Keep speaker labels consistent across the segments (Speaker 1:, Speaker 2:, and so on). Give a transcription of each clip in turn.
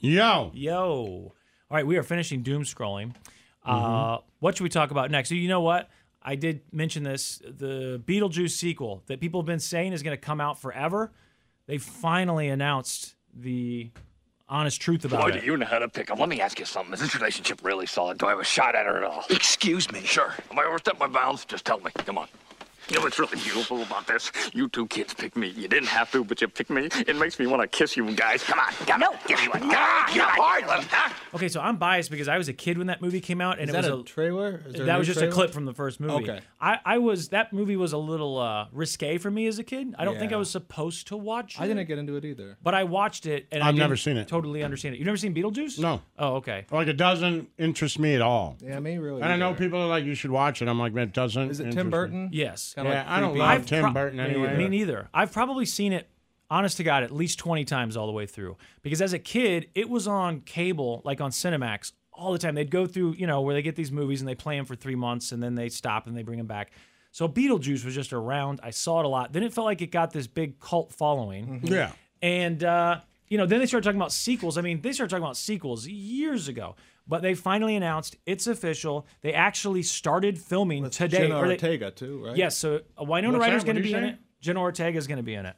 Speaker 1: Yo.
Speaker 2: Yo. All right, we are finishing doom scrolling. Uh,
Speaker 1: Mm-hmm.
Speaker 2: what should we talk about next? So you know what? I did mention this the Beetlejuice sequel that people have been saying is going to come out forever. They finally announced the honest truth about
Speaker 3: Boy,
Speaker 2: it.
Speaker 3: do you know how to pick 'em. Let me ask you something. Is this relationship really solid? Do I have a shot at her at all?
Speaker 4: Excuse me.
Speaker 3: Sure. Am I overstepping my bounds? Just tell me. Come on. You know what's really beautiful about this? You two kids picked me. You didn't have to, but you picked me. It makes me want to kiss you guys. Come on. Come on. Give me one. Come on. Come on. Let's- ah.
Speaker 2: Okay, so I'm biased because I was a kid when that movie came out, and
Speaker 1: Is
Speaker 2: it
Speaker 1: that
Speaker 2: was
Speaker 1: a, trailer? Is there
Speaker 2: that
Speaker 1: new
Speaker 2: was just
Speaker 1: trailer?
Speaker 2: a clip from the first movie.
Speaker 1: Okay.
Speaker 2: I, I was that movie was a little uh, risque for me as a kid. I don't think I
Speaker 1: Yeah.
Speaker 2: was supposed to watch. It,
Speaker 4: I didn't get into it either.
Speaker 2: but I watched it, and I
Speaker 1: I've never
Speaker 2: didn't
Speaker 1: seen it.
Speaker 2: Totally understand it. You've never seen Beetlejuice?
Speaker 1: No.
Speaker 2: Oh, okay.
Speaker 1: Like it doesn't interest me at all.
Speaker 4: Yeah, me really.
Speaker 1: And I know
Speaker 4: either.
Speaker 1: people are like, you should watch it. I'm like, man, it doesn't.
Speaker 4: Is it
Speaker 1: interest
Speaker 4: Tim
Speaker 1: me."
Speaker 4: Burton?
Speaker 2: Yes.
Speaker 4: Kinda
Speaker 1: Yeah, I don't
Speaker 4: creepy.
Speaker 1: love Tim Burton anyway.
Speaker 2: Me neither. I've probably seen it, honest to God, at least 20 times all the way through. Because as a kid, it was on cable, like on Cinemax, all the time. They'd go through, you know, where they get these movies and they play them for three months and then they stop and they bring them back. So Beetlejuice was just around. I saw it a lot. Then it felt like it got this big cult following.
Speaker 1: Yeah.
Speaker 2: And uh, you know, then they started talking about sequels. I mean, they started talking about sequels years ago. But they finally announced it's official. They actually started filming
Speaker 4: With
Speaker 2: today.
Speaker 4: Jenna
Speaker 2: or they-
Speaker 4: Ortega too, right?
Speaker 2: Yes, so uh, Winona
Speaker 1: What's
Speaker 2: Ryder's
Speaker 1: that? What
Speaker 2: going
Speaker 1: did
Speaker 2: to be
Speaker 1: you
Speaker 2: in
Speaker 1: say?
Speaker 2: it. Jenna Ortega's going to be in it.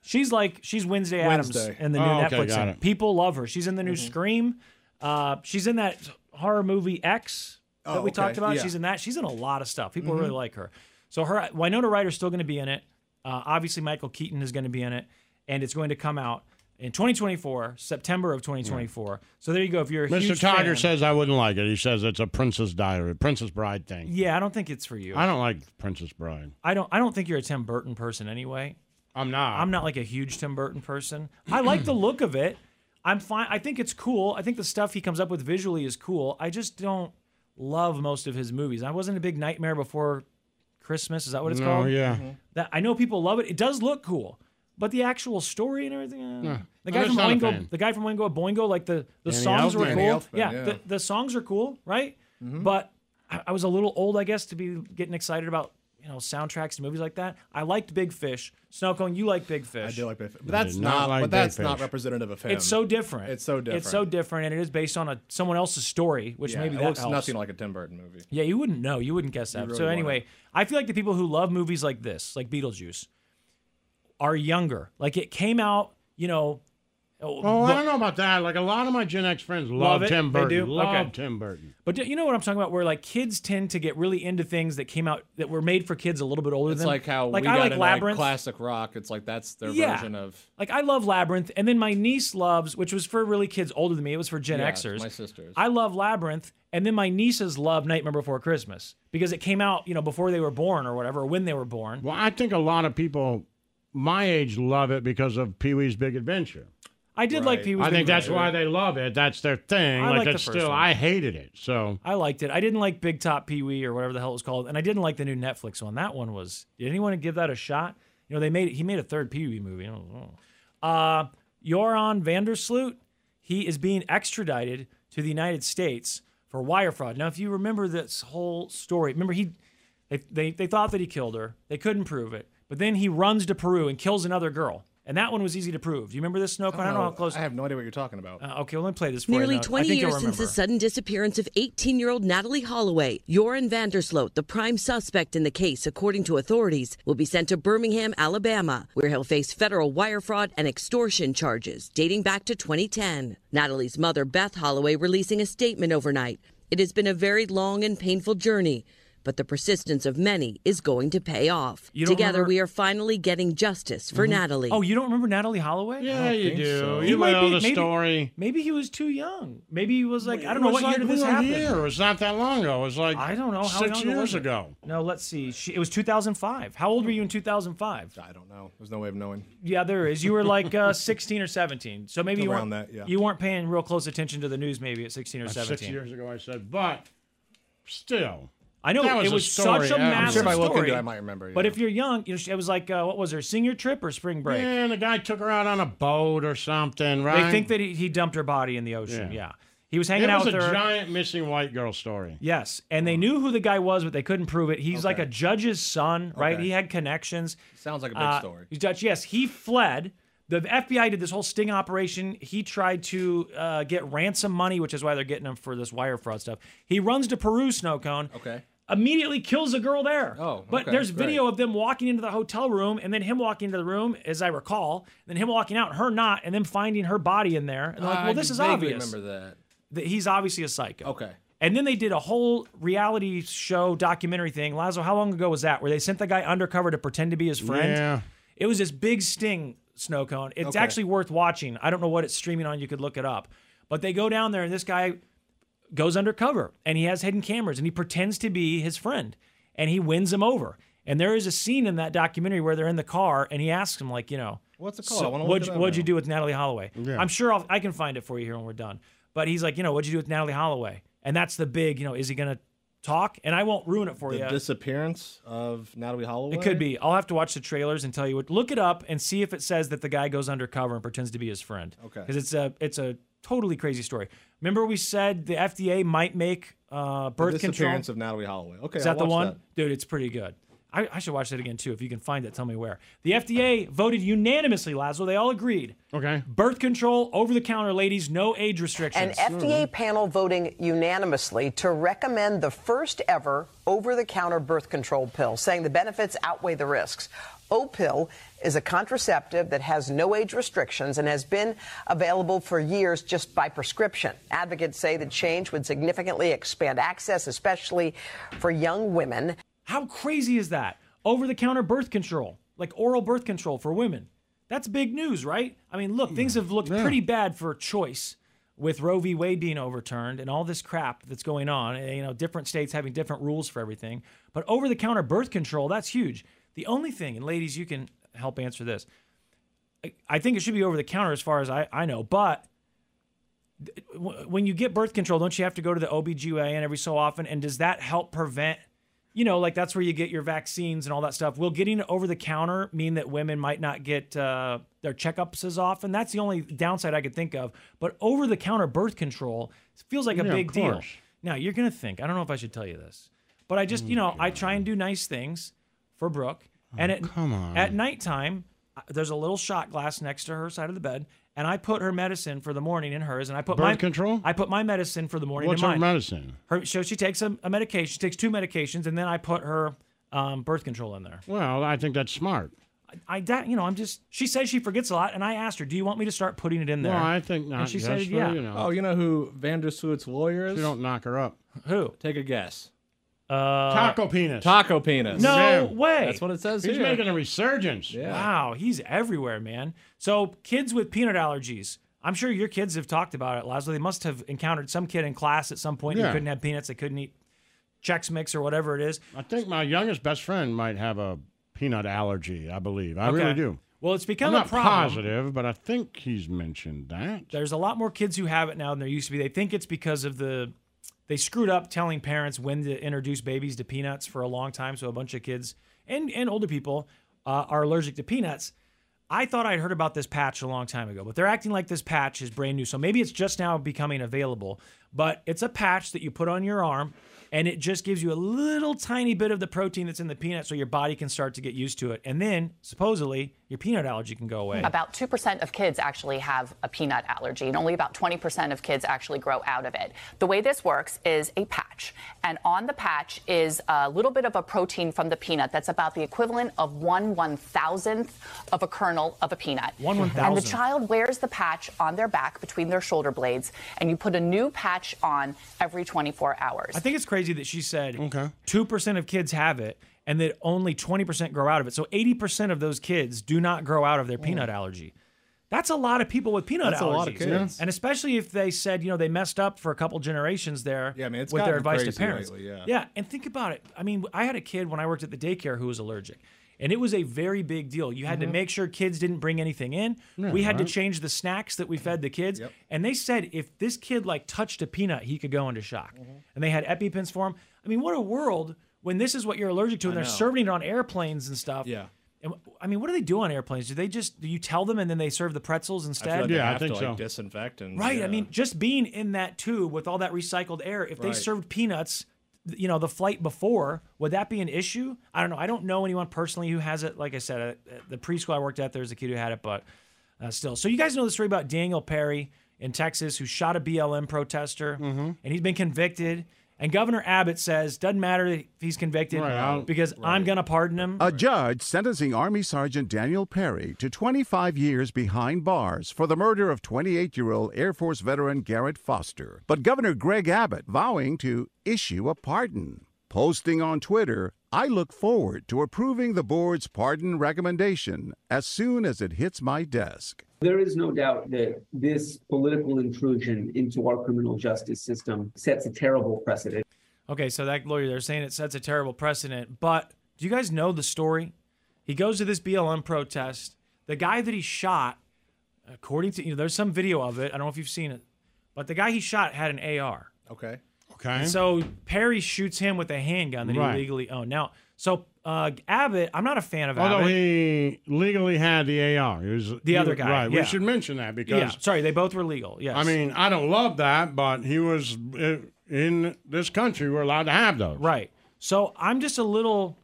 Speaker 2: She's like she's Wednesday, Adams
Speaker 4: Wednesday.
Speaker 2: in the new
Speaker 1: Oh, okay,
Speaker 2: Netflix.
Speaker 1: got
Speaker 2: thing.
Speaker 1: it. Mm-hmm.
Speaker 2: People love her. She's in the new Scream. Uh, she's in that horror movie X that
Speaker 4: Oh,
Speaker 2: we talked
Speaker 4: okay,
Speaker 2: about.
Speaker 4: yeah.
Speaker 2: She's in that. She's in a lot of stuff. People
Speaker 1: Mm-hmm.
Speaker 2: really like her. So her Winona Ryder's still going to be in it. Uh, obviously, Michael Keaton is going to be in it, and it's going to come out in 2024, September of 2024. So there you go. If you're a
Speaker 1: Mr.
Speaker 2: huge
Speaker 1: Tiger
Speaker 2: fan-
Speaker 1: says I wouldn't like it. He says it's a Princess Diary, Princess Bride thing.
Speaker 2: "Yeah, I don't think it's for you.
Speaker 1: I don't like Princess Bride.
Speaker 2: I don't. I don't think you're a Tim Burton person anyway.
Speaker 1: I'm not.
Speaker 2: I'm not like a huge Tim Burton person. I like the look of it. I'm fine. I think it's cool. I think the stuff he comes up with visually is cool. I just don't love most of his movies. I wasn't a big Nightmare Before Christmas. Is that what it's
Speaker 1: No,
Speaker 2: called? Mm-hmm.
Speaker 1: yeah.
Speaker 2: That I know people love it. It does look cool, but the actual story and everything. eh. The guy
Speaker 1: I'm
Speaker 2: from
Speaker 1: just not a fan.
Speaker 2: Oingo, the guy from Oingo Boingo, like the the
Speaker 1: Danny
Speaker 2: songs were
Speaker 1: Elfman.
Speaker 2: cool.
Speaker 4: Danny Elfman,
Speaker 2: yeah,
Speaker 4: yeah. Mm-hmm.
Speaker 2: The, the songs are cool, right? But I, I was a little old, I guess, to be getting excited about you know soundtracks and movies like that. I liked Big Fish. Snowcone, you like Big Fish.
Speaker 4: I do like Big Fish, but that's
Speaker 1: did not
Speaker 4: not.
Speaker 1: like
Speaker 4: but that's
Speaker 1: Big
Speaker 4: not
Speaker 1: Fish.
Speaker 4: representative of him.
Speaker 2: It's so different.
Speaker 4: It's so
Speaker 2: It's so
Speaker 4: different.
Speaker 2: different, and it is based on a someone else's story, which
Speaker 4: Yeah,
Speaker 2: maybe
Speaker 4: it
Speaker 2: that
Speaker 4: looks
Speaker 2: helps.
Speaker 4: nothing like a Tim Burton movie.
Speaker 2: Yeah, you wouldn't know. You wouldn't guess that.
Speaker 4: really
Speaker 2: so
Speaker 4: wouldn't.
Speaker 2: anyway, I feel like the people who love movies like this, like Beetlejuice, are younger. Like it came out, you know.
Speaker 1: Oh, I don't know about that. Like a lot of my Gen X friends
Speaker 2: Love
Speaker 1: love,
Speaker 2: it?
Speaker 1: Tim
Speaker 2: They
Speaker 1: Burton.
Speaker 2: do?
Speaker 1: Love
Speaker 2: Okay.
Speaker 1: Tim Burton.
Speaker 2: But do- you know what I'm talking about? Where like kids tend to get really into things that came out that were made for kids a little bit older
Speaker 4: It's
Speaker 2: than.
Speaker 4: like how
Speaker 2: like
Speaker 4: we
Speaker 2: I
Speaker 4: got
Speaker 2: like
Speaker 4: into
Speaker 2: Labyrinth.
Speaker 4: like classic rock. It's like that's their
Speaker 2: Yeah.
Speaker 4: version of
Speaker 2: Like I love Labyrinth, and then my niece loves, which was for really kids older than me. It was for Gen
Speaker 4: Yeah,
Speaker 2: Xers.
Speaker 4: my sisters.
Speaker 2: I love Labyrinth, and then my nieces love Nightmare Before Christmas because it came out, you know, before they were born or whatever, or when they were born.
Speaker 1: Well, I think a lot of people my age love it because of Pee Wee's Big Adventure.
Speaker 2: I did like
Speaker 4: Right.
Speaker 2: Pee Wee's.
Speaker 1: I
Speaker 2: Big
Speaker 1: think that's
Speaker 2: Adventure.
Speaker 1: why they love it. That's their thing.
Speaker 2: I
Speaker 1: like
Speaker 2: like the
Speaker 1: it's
Speaker 2: first
Speaker 1: still,
Speaker 2: one.
Speaker 1: I hated it. So
Speaker 2: I liked it. I didn't like Big Top Pee Wee or whatever the hell it was called, and I didn't like the new Netflix one. That one was. Did anyone give that a shot? You know, they made he made a third Pee Wee movie. I don't know. Uh, Joran Vandersloot, he is being extradited to the United States for wire fraud. Now, if you remember this whole story, remember he they, they they thought that he killed her. They couldn't prove it, but then he runs to Peru and kills another girl. And that one was easy to prove. Do you remember this, Snoke? I don't, know how close.
Speaker 4: Oh, I have no idea what you're talking about.
Speaker 2: Uh, okay, well, let me play this for
Speaker 5: Nearly
Speaker 2: you. now. I
Speaker 5: 20
Speaker 2: think you'll
Speaker 5: years since the
Speaker 2: remember.
Speaker 5: sudden disappearance of 18 year old Natalie Holloway, Joran Vandersloot, the prime suspect in the case, according to authorities, will be sent to Birmingham, Alabama, where he'll face federal wire fraud and extortion charges dating back to 2010. Natalie's mother, Beth Holloway, releasing a statement overnight. It has been a very long and painful journey, but the persistence of many is going to pay off.
Speaker 2: You don't
Speaker 5: Together,
Speaker 2: remember-
Speaker 5: we are finally getting justice for Natalie.
Speaker 2: Oh, you don't remember Natalie Holloway?
Speaker 1: Yeah, you do.
Speaker 4: so.
Speaker 1: You
Speaker 2: He might
Speaker 1: know
Speaker 2: be-
Speaker 1: the
Speaker 2: maybe-
Speaker 1: story.
Speaker 2: Maybe he was too young. Maybe he was like, I don't
Speaker 1: It
Speaker 2: know
Speaker 1: was
Speaker 2: what
Speaker 1: like
Speaker 2: year did this
Speaker 1: we were
Speaker 2: happen.
Speaker 1: Here. It was not that long ago. It was like
Speaker 2: I don't know how
Speaker 1: six
Speaker 2: young it was
Speaker 1: years
Speaker 2: it?
Speaker 1: ago.
Speaker 2: No, let's see. She, it was 2005. How old were you in 2005?
Speaker 4: I don't know. There's no way of knowing.
Speaker 2: Yeah, there is. You were like uh, 16 or 17. So maybe you
Speaker 4: Around
Speaker 2: weren't-
Speaker 4: that, yeah.
Speaker 2: you weren't paying real close attention to the news maybe at 16 or 17.
Speaker 1: Six years ago, I said, but still,
Speaker 2: I know
Speaker 1: That was
Speaker 2: it
Speaker 1: a
Speaker 2: was
Speaker 1: story.
Speaker 2: such a
Speaker 1: I'm sure
Speaker 2: massive
Speaker 1: if I
Speaker 4: look into it,
Speaker 2: story.
Speaker 4: I might remember,
Speaker 2: But
Speaker 4: yeah.
Speaker 2: if you're young, you know, she- it was like uh, what was her senior trip or spring break?
Speaker 1: yeah, and the guy took her out on a boat or something, right?
Speaker 2: They think that he, he dumped her body in the ocean. Yeah,
Speaker 1: Yeah.
Speaker 2: he was
Speaker 1: it
Speaker 2: hanging out
Speaker 1: was a
Speaker 2: with her.
Speaker 1: giant missing white girl story.
Speaker 2: Yes, and they knew who the guy was, but they couldn't prove it. He's like a judge's son, right?
Speaker 4: Okay.
Speaker 2: He had connections.
Speaker 4: Sounds like a big
Speaker 2: Uh,
Speaker 4: story.
Speaker 2: He's Dutch. Yes, he fled. The FBI did this whole sting operation. He tried to uh, get ransom money, which is why they're getting him for this wire fraud stuff. He runs to Peru, snow cone.
Speaker 4: Okay.
Speaker 2: Immediately kills a girl there.
Speaker 4: Oh,
Speaker 2: but
Speaker 4: okay,
Speaker 2: there's
Speaker 4: great.
Speaker 2: video of them walking into the hotel room, and then him walking into the room, as I recall, then him walking out, her not, and then finding her body in there. And they're like,
Speaker 4: Uh, I
Speaker 2: well, this is
Speaker 4: Ah, vaguely
Speaker 2: obvious
Speaker 4: remember that.
Speaker 2: that he's obviously a psycho.
Speaker 4: Okay.
Speaker 2: And then they did a whole reality show documentary thing. Lazo, how long ago was that? Where they sent the guy undercover to pretend to be his friend?
Speaker 1: Yeah.
Speaker 2: It was this big sting snow cone. It's
Speaker 4: Okay.
Speaker 2: actually worth watching. I don't know what it's streaming on. You could look it up. But they go down there and this guy goes undercover and he has hidden cameras and he pretends to be his friend and he wins him over. And there is a scene in that documentary where they're in the car and he asks him like, you know,
Speaker 4: What's it called? I wanna look
Speaker 2: what'd,
Speaker 4: it
Speaker 2: you-
Speaker 4: up
Speaker 2: what'd you
Speaker 4: now."
Speaker 2: do with Natalie Holloway?
Speaker 1: Yeah.
Speaker 2: I'm sure I'll, I can find it for you here when we're done. But he's like, you know, what'd you do with Natalie Holloway? And that's the big, you know, is he gonna talk? And I won't ruin it for
Speaker 4: The
Speaker 2: you.
Speaker 4: disappearance of Natalie Holloway.
Speaker 2: Oh, It could be. I'll have to watch the trailers and tell you what. Look it up and see if it says that the guy goes undercover and pretends to be his friend.
Speaker 4: Okay.
Speaker 2: Because it's a it's a totally crazy story. Remember we said the FDA might make uh, birth
Speaker 4: the
Speaker 2: control.
Speaker 4: disappearance of Natalie Holloway. Okay,
Speaker 2: Is
Speaker 4: I'll
Speaker 2: that the
Speaker 4: watch
Speaker 2: one, dude? It's pretty good. I, I should watch that again too. If you can find it, tell me where. The FDA voted unanimously, Lazo. They all agreed.
Speaker 1: Okay.
Speaker 2: Birth control, over the counter, ladies, no age
Speaker 6: An
Speaker 2: restrictions.
Speaker 6: FDA panel voting unanimously to recommend the first ever over the counter birth control pill, saying the benefits outweigh the risks. O pill is a contraceptive that has no age restrictions and has been available for years just by prescription. Advocates say the change would significantly expand access, especially for young women.
Speaker 2: How crazy is that? Over the counter birth control, like oral birth control for women. That's big news, right? I mean, look, things have looked pretty bad for choice with Roe v. Wade being overturned and all this crap that's going on, and, you know, different states having different rules for everything. But over the counter birth control, that's huge. The only thing, and ladies, you can help answer this. I- I think it should be over the counter as far as I, I know, but th- w- when you get birth control, don't you have to go to the OBGYN every so often? And does that help prevent you know, like that's where you get your vaccines and all that stuff. Will getting it over the counter mean that women might not get uh, their checkups as often? That's the only downside I could think of. But over the counter birth control feels like a
Speaker 1: Yeah, of
Speaker 2: big deal.
Speaker 1: course.
Speaker 2: Now you're gonna think. I don't know if I should tell you this, but I just, you know, I try and do nice things for Brooke. and at,
Speaker 1: Mm. Oh, come on.
Speaker 2: at nighttime, uh, there's a little shot glass next to her side of the bed, and I put her medicine for the morning in hers, and I put
Speaker 1: Birth
Speaker 2: my
Speaker 1: control?
Speaker 2: I put my medicine for the morning
Speaker 1: What's
Speaker 2: in
Speaker 1: her
Speaker 2: mine
Speaker 1: medicine?
Speaker 2: her so she takes a, a medication she takes two medications and then i put her um, birth control in there
Speaker 1: Well, I think that's smart.
Speaker 2: i, I that you know i'm just she says she forgets a lot and i asked her do you want me to start putting it in there
Speaker 1: Well, I think not.
Speaker 2: she
Speaker 1: just
Speaker 2: said,
Speaker 1: for,
Speaker 2: yeah.
Speaker 1: You
Speaker 4: That. Oh,
Speaker 1: know,
Speaker 4: you know who Vandersloot's lawyer is?
Speaker 1: you don't knock her up.
Speaker 2: who
Speaker 4: Take a guess.
Speaker 2: uh,
Speaker 1: Taco penis.
Speaker 4: Taco penis.
Speaker 2: no
Speaker 1: Damn.
Speaker 2: way
Speaker 4: That's what it says
Speaker 1: He's
Speaker 4: here.
Speaker 1: making a resurgence.
Speaker 4: yeah.
Speaker 2: wow he's everywhere man so kids with peanut allergies i'm sure your kids have talked about it Laszlo. they must have encountered some kid in class at some point who
Speaker 1: Yeah.
Speaker 2: couldn't have peanuts they couldn't eat Chex Mix or whatever it is.
Speaker 1: I think my youngest best friend might have a peanut allergy. I believe. I
Speaker 2: Okay.
Speaker 1: really do.
Speaker 2: Well, it's become
Speaker 1: I'm
Speaker 2: a
Speaker 1: not
Speaker 2: problem.
Speaker 1: positive, but I think he's mentioned that.
Speaker 2: there's a lot more kids who have it now than there used to be. They think it's because of the they screwed up telling parents when to introduce babies to peanuts for a long time, so a bunch of kids and and older people uh, are allergic to peanuts. I thought I'd heard about this patch a long time ago, but they're acting like this patch is brand new. So maybe it's just now becoming available, but it's a patch that you put on your arm and it just gives you a little tiny bit of the protein that's in the peanut so your body can start to get used to it. And then supposedly your peanut allergy can go away.
Speaker 7: About 2% of kids actually have a peanut allergy, and only about 20% of kids actually grow out of it. The way this works is a patch, and on the patch is a little bit of a protein from the peanut that's about the equivalent of one one thousandth of a kernel of a peanut.
Speaker 2: One
Speaker 7: And the
Speaker 2: 1,000th.
Speaker 7: child wears the patch on their back between their shoulder blades, and you put a new patch on every 24 hours.
Speaker 2: I think it's crazy that she said two percent of kids have it, and that only twenty percent grow out of it. So eighty percent of those kids do not grow out of their peanut allergy. That's a lot of people with peanut
Speaker 4: Mm. That's a
Speaker 2: allergies,
Speaker 4: lot of kids.
Speaker 2: and especially if they said you know they messed up for a couple generations there.
Speaker 4: Yeah, I mean, it's
Speaker 2: with their
Speaker 4: gotten
Speaker 2: advice to
Speaker 4: crazy
Speaker 2: parents.
Speaker 4: lately, yeah.
Speaker 2: yeah, and think about it. I mean, I had a kid when I worked at the daycare who was allergic. And it was a very big deal. You
Speaker 4: Mm-hmm.
Speaker 2: had to make sure kids didn't bring anything in. we had to change the snacks that we fed the kids. And they said if this kid like touched a peanut, he could go into shock.
Speaker 4: Mm-hmm.
Speaker 2: And they had EpiPens for him. I mean, what a world when this is what you're allergic to and they're serving it on airplanes and stuff.
Speaker 4: Yeah.
Speaker 2: And, I mean, what do they do on airplanes? Do they just do you tell them and then they serve the pretzels
Speaker 4: I feel
Speaker 2: instead?
Speaker 4: like they
Speaker 1: Yeah, I
Speaker 4: have
Speaker 1: think
Speaker 4: to
Speaker 1: so.
Speaker 4: like disinfect and
Speaker 2: Right.
Speaker 4: yeah.
Speaker 2: I mean, just being in that tube with all that recycled air, if they
Speaker 4: Right.
Speaker 2: served peanuts, th- you know, the flight before, would that be an issue? I don't know. I don't know anyone personally who has it. Like I said, at- at the preschool I worked at, there was a kid who had it, but uh, still. So you guys know the story about Daniel Perry in Texas who shot a BLM protester and he's been convicted. And Governor Abbott says, doesn't matter if he's convicted
Speaker 1: Right, I'll-
Speaker 2: because I'm going to pardon him.
Speaker 8: A judge sentencing Army Sergeant Daniel Perry to 25 years behind bars for the murder of 28 year old Air Force veteran Garrett Foster. But Governor Greg Abbott vowing to issue a pardon. Posting on Twitter, I look forward to approving the board's pardon recommendation as soon as it hits my desk.
Speaker 9: There is no doubt that this political intrusion into our criminal justice system sets a terrible precedent.
Speaker 2: Okay, so that lawyer, they're saying it sets a terrible precedent. But do you guys know the story? He goes to this BLM protest. The guy that he shot, according to you know, there's some video of it. I don't know if you've seen it, but the guy he shot had an AR.
Speaker 4: okay.
Speaker 1: Okay.
Speaker 2: So Perry shoots him with a handgun that
Speaker 1: Right.
Speaker 2: he legally owned. Now, so uh, Abbott, I'm not a fan of
Speaker 1: Although
Speaker 2: Abbott.
Speaker 1: he legally had the AR, he was he
Speaker 2: other
Speaker 1: was-
Speaker 2: guy,
Speaker 1: Right.
Speaker 2: yeah.
Speaker 1: We should mention that because
Speaker 2: yeah, sorry, they both were legal. Yes,
Speaker 1: I mean I don't love that, but he was uh, in this country. We're allowed to have those.
Speaker 2: Right. So I'm just a little,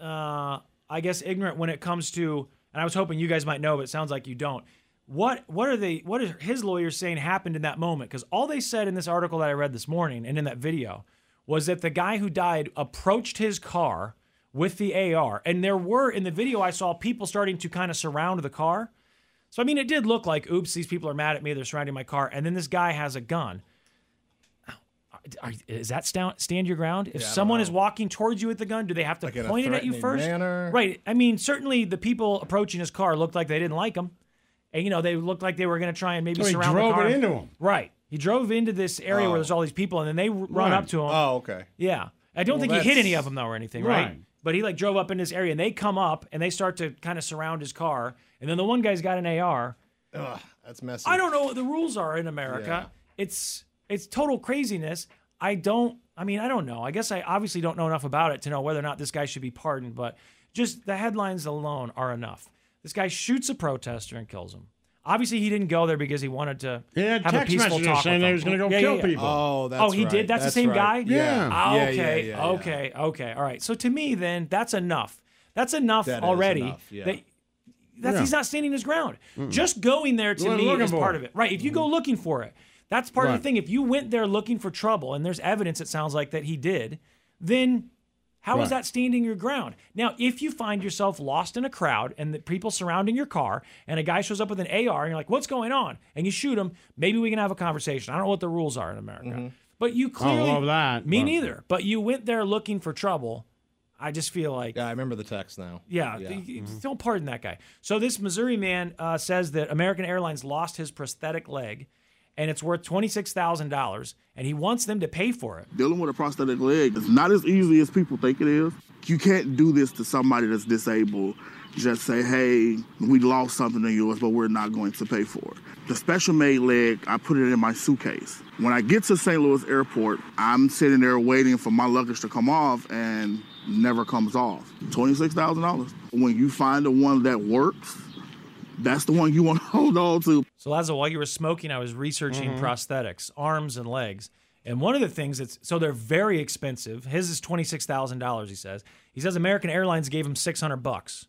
Speaker 2: uh, I guess, ignorant when it comes to, and I was hoping you guys might know, but it sounds like you don't. What what are they? What are his lawyers saying happened in that moment? Because all they said in this article that I read this morning and in that video was that the guy who died approached his car with the AR, and there were in the video I saw people starting to kind of surround the car. So I mean, it did look like, oops, these people are mad at me. They're surrounding my car, and then this guy has a gun. Are, is that stand, stand your ground? If someone is walking towards you with the gun, do they have to
Speaker 4: Like in a
Speaker 2: point it at you
Speaker 4: threatening
Speaker 2: first?
Speaker 4: manner?
Speaker 2: Right. I mean, certainly the people approaching his car looked like they didn't like him, and you know they looked like they were going to try and maybe
Speaker 1: So he
Speaker 2: surround
Speaker 1: drove
Speaker 2: the car.
Speaker 1: it into him.
Speaker 2: Right. He drove into this area where there's all these people, and then they r- run
Speaker 1: Right.
Speaker 2: up to him.
Speaker 4: Oh, okay.
Speaker 2: Yeah. I don't
Speaker 4: Well,
Speaker 2: think he hit
Speaker 4: that's-
Speaker 2: any of them though or anything, right?
Speaker 1: Right.
Speaker 2: But he like drove up in this area and they come up and they start to kind of surround his car. And then the one guy's got an AR.
Speaker 4: Ugh, that's messy.
Speaker 2: I don't know what the rules are in America. It's it's total craziness. I don't I mean, I don't know. I guess I obviously don't know enough about it to know whether or not this guy should be pardoned, but just the headlines alone are enough. This guy shoots a protester and kills him. Obviously, he didn't go there because he wanted to
Speaker 1: He had
Speaker 2: have a
Speaker 1: text
Speaker 2: peaceful
Speaker 1: messages
Speaker 2: talk
Speaker 1: saying
Speaker 2: with
Speaker 1: he
Speaker 2: them.
Speaker 1: was going to go
Speaker 2: Yeah, yeah,
Speaker 1: kill
Speaker 2: yeah.
Speaker 1: people.
Speaker 4: Oh, that's
Speaker 2: oh, he
Speaker 4: right.
Speaker 2: did. That's, the same
Speaker 4: right.
Speaker 2: guy.
Speaker 4: Yeah.
Speaker 2: Ah,
Speaker 4: Yeah, yeah,
Speaker 2: okay.
Speaker 4: yeah, yeah.
Speaker 2: Okay. Okay. All right. So to me, then that's enough. That's enough
Speaker 4: That is
Speaker 2: already.
Speaker 4: enough, yeah.
Speaker 2: that- that's,
Speaker 1: Yeah.
Speaker 2: He's not standing his ground. Just going there to
Speaker 1: We're
Speaker 2: me
Speaker 1: looking
Speaker 2: is
Speaker 1: for
Speaker 2: part
Speaker 1: it.
Speaker 2: of it, right? If you go looking for it, that's part of
Speaker 1: Right.
Speaker 2: the thing. If you went there looking for trouble, and there's evidence, it sounds like that he did, then how is
Speaker 1: Right.
Speaker 2: that standing your ground? Now, if you find yourself lost in a crowd and the people surrounding your car, and a guy shows up with an AR, and you're like, "What's going on?" and you shoot him, maybe we can have a conversation. I don't know what the rules are in America, but you clearly
Speaker 1: Mm-hmm. love that,
Speaker 2: Me
Speaker 1: but-
Speaker 2: neither. But you went there looking for trouble. I just feel like
Speaker 4: Yeah, I remember the text now.
Speaker 2: yeah,
Speaker 4: Yeah.
Speaker 2: th-
Speaker 1: Mm-hmm.
Speaker 2: y- don't pardon that guy. So this Missouri man uh, says that American Airlines lost his prosthetic leg, and it's worth twenty six thousand dollars, and he wants them to pay for it.
Speaker 9: Dealing with a prosthetic leg is not as easy as people think it is. You can't do this to somebody that's disabled. Just say, hey, we lost something of yours, but we're not going to pay for it. The special made leg, I put it in my suitcase. When I get to St. Louis Airport, I'm sitting there waiting for my luggage to come off and never comes off. $26,000. When you find the one that works, that's the one you want to hold on to.
Speaker 2: So Lazo, while you were smoking, I was researching
Speaker 4: Mm-hmm.
Speaker 2: prosthetics, arms and legs. And one of the things that's so they're very expensive. His is twenty six thousand dollars. He says. He says American Airlines gave him six hundred bucks.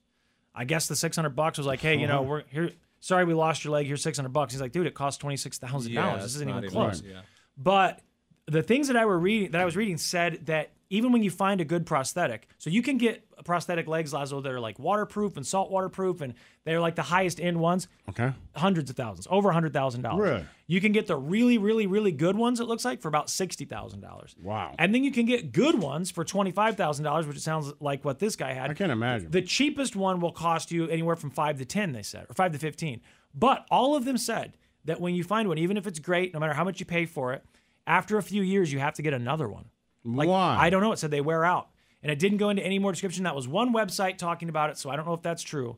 Speaker 2: I guess the 600 bucks was like, hey, you know,
Speaker 4: Uh-huh.
Speaker 2: we're here. Sorry, we lost your leg. Here's 600 bucks. He's like, dude, it cost twenty six thousand
Speaker 4: Yeah,
Speaker 2: dollars. This
Speaker 4: it's
Speaker 2: isn't
Speaker 4: not
Speaker 2: even
Speaker 4: even-
Speaker 2: close.
Speaker 4: yeah.
Speaker 2: But the things that I were reading, that I was reading, said that even when you find a good prosthetic, so you can get prosthetic legs, Lazo, that are like waterproof and salt waterproof, and they're like the highest end ones
Speaker 1: Okay.
Speaker 2: hundreds of thousands, over a hundred thousand dollars.
Speaker 1: Really?
Speaker 2: You can get the really, really, really good ones. It looks like for about sixty thousand dollars.
Speaker 1: Wow.
Speaker 2: And then you can get good ones for twenty five thousand dollars, which it sounds like what this guy had. I
Speaker 1: can't imagine.
Speaker 2: The cheapest one will cost you anywhere from five to ten. They said, or five to fifteen. But all of them said that when you find one, even if it's great, no matter how much you pay for it, after a few years you have to get another one. Like,
Speaker 1: Why?
Speaker 2: I don't know. It said they wear out, and it didn't go into any more description. That was one website talking about it, so I don't know if that's true.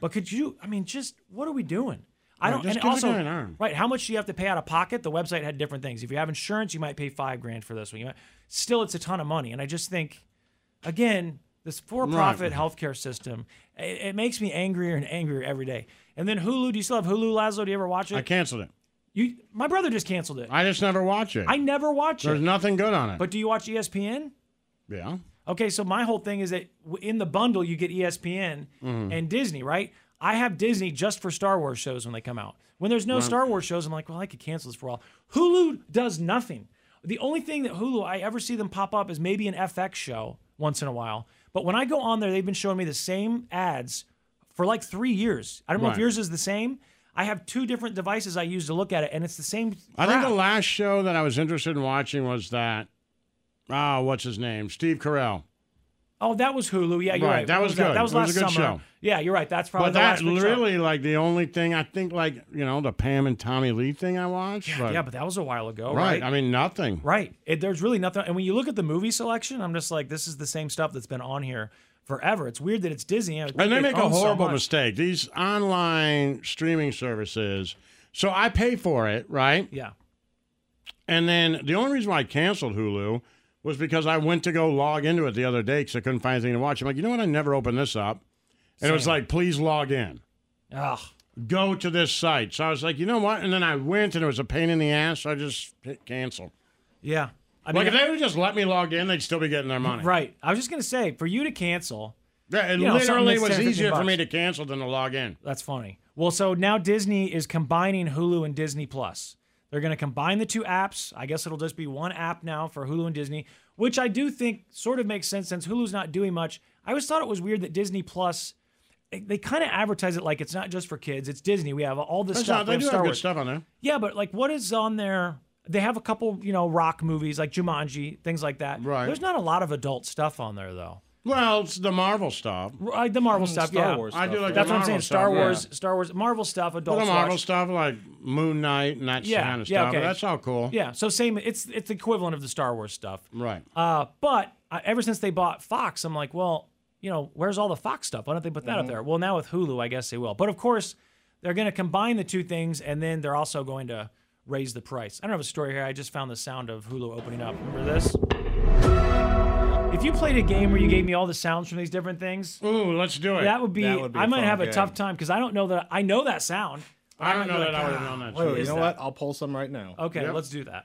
Speaker 2: But could you? I mean, just what are we doing? I
Speaker 1: Hmm. Right,
Speaker 2: don't.
Speaker 1: just
Speaker 2: and
Speaker 1: give the
Speaker 2: also,
Speaker 1: guy an arm.
Speaker 2: right? How much do you have to pay out of pocket? The website had different things. If you have insurance, you might pay five grand for this one. You might, still, it's a ton of money. And I just think, again, this for-profit
Speaker 1: Right.
Speaker 2: healthcare system, it, it makes me angrier and angrier every day. And then Hulu. Do you still have Hulu, Lazlo? Do you ever watch it?
Speaker 1: I canceled it.
Speaker 2: You, my brother just canceled it.
Speaker 1: I just never watch it.
Speaker 2: I never watch
Speaker 1: There's
Speaker 2: it.
Speaker 1: nothing good on it.
Speaker 2: But do you watch E ESPN?
Speaker 1: yeah.
Speaker 2: Okay, so my whole thing is that w- in the bundle you get E ESPN
Speaker 1: Mhm.
Speaker 2: and Disney, right? I have Disney just for Star Wars shows when they come out. When there's no
Speaker 1: Right.
Speaker 2: Star Wars shows, I'm like, well, I could cancel this for all. Hulu does nothing. The only thing that Hulu I ever see them pop up is maybe an FX show once in a while. But when I go on there, they've been showing me the same ads for like three years. I don't know if
Speaker 1: Right.
Speaker 2: yours is the same. I have two different devices I use to look at it, and it's the same.
Speaker 1: I think
Speaker 2: crap.
Speaker 1: the last show that I was interested in watching was that. Ah, what's his name? Steve Carell.
Speaker 2: Oh, that was Hulu. Yeah, you're
Speaker 1: Right,
Speaker 2: right.
Speaker 1: that
Speaker 2: What
Speaker 1: was good.
Speaker 2: That was
Speaker 1: It
Speaker 2: last
Speaker 1: was a good
Speaker 2: summer.
Speaker 1: show.
Speaker 2: Yeah, you're right. That's probably
Speaker 1: but
Speaker 2: the
Speaker 1: that's
Speaker 2: last big show.
Speaker 1: really like the only thing I think, like you know, the Pam and Tommy Lee thing I watched. but,
Speaker 2: yeah, but that was a while ago,
Speaker 1: right.
Speaker 2: right?
Speaker 1: I mean, nothing.
Speaker 2: right. It, there's really nothing. And when you look at the movie selection, I'm just like, this is the same stuff that's been on here forever. It's weird that it's Disney. I would think
Speaker 1: And they
Speaker 2: they'd
Speaker 1: make a
Speaker 2: own so
Speaker 1: horrible
Speaker 2: much.
Speaker 1: mistake. These online streaming services. So I pay for it, right?
Speaker 2: Yeah.
Speaker 1: And then the only reason why I canceled Hulu was because I went to go log into it the other day because I couldn't find anything to watch. I'm like, you know what? I never opened this up. And it was
Speaker 2: Same.
Speaker 1: like, please log in.
Speaker 2: Ugh.
Speaker 1: Go to this site. So I was like, you know what? And then I went and it was a pain in the ass. So I just hit cancel.
Speaker 2: Yeah. I
Speaker 1: like, if they would just let me log in, they'd still be getting their money.
Speaker 2: right. I was just gonna say, for you to cancel,
Speaker 1: Yeah, it
Speaker 2: you know, something
Speaker 1: literally
Speaker 2: that's
Speaker 1: was
Speaker 2: 10, 15
Speaker 1: easier for
Speaker 2: bucks.
Speaker 1: me to cancel than to log in.
Speaker 2: That's funny. Well, so now Disney is combining Hulu and Disney Plus. They're going to combine the two apps. I guess it'll just be one app now for Hulu and Disney, which I do think sort of makes sense since Hulu's not doing much. I always thought it was weird that Disney Plus they, they kind of advertise it like it's not just for kids. It's Disney. We have all this
Speaker 1: That's not-
Speaker 2: stuff. We
Speaker 1: they
Speaker 2: have
Speaker 1: do
Speaker 2: Star
Speaker 1: have good
Speaker 2: Wars.
Speaker 1: stuff on there.
Speaker 2: Yeah, but like, what is on there? They have a couple, you know, rock movies like Jumanji, things like that. Right. There's not a lot of adult stuff on there though.
Speaker 1: Well, it's the Marvel stuff.
Speaker 2: Right, the Marvel stuff.
Speaker 1: Mm, Star
Speaker 2: yeah.
Speaker 1: Wars I do stuff, like
Speaker 2: That's
Speaker 1: the
Speaker 2: what I'm saying.
Speaker 1: Marvel
Speaker 2: Star
Speaker 1: stuff,
Speaker 2: Wars,
Speaker 1: yeah.
Speaker 2: Star Wars, Marvel stuff, adult
Speaker 1: the Marvel
Speaker 2: watch.
Speaker 1: stuff like Moon Knight and that kind of stuff. That's all cool.
Speaker 2: Yeah, so same. It's it's the equivalent of the Star Wars stuff.
Speaker 1: Right.
Speaker 2: Uh, but uh, ever since they bought Fox, I'm like, well, you know, where's all the Fox stuff? Why don't they put that up
Speaker 1: Mm-hmm.
Speaker 4: Mhm.
Speaker 2: there? Well, now with Hulu, I guess they will. But of course, they're going to combine the two things, and then they're also going to raise the price. I don't have a story here. I just found the sound of Hulu opening up. Remember this? If you played a game where you gave me all the sounds from these different things,
Speaker 1: ooh, let's do it.
Speaker 2: That would be.
Speaker 4: That would be
Speaker 2: I
Speaker 4: a
Speaker 2: might
Speaker 4: fun
Speaker 2: have a
Speaker 4: game.
Speaker 2: tough time because I don't know that I know that sound. but
Speaker 1: I don't
Speaker 2: might
Speaker 1: know
Speaker 2: be
Speaker 1: that I
Speaker 2: "Ah,
Speaker 1: would've known that
Speaker 2: what
Speaker 4: Wait, you
Speaker 2: is
Speaker 4: know
Speaker 2: that?"
Speaker 4: what? I'll pull some right now.
Speaker 2: Okay,
Speaker 4: Yep.
Speaker 2: let's do that.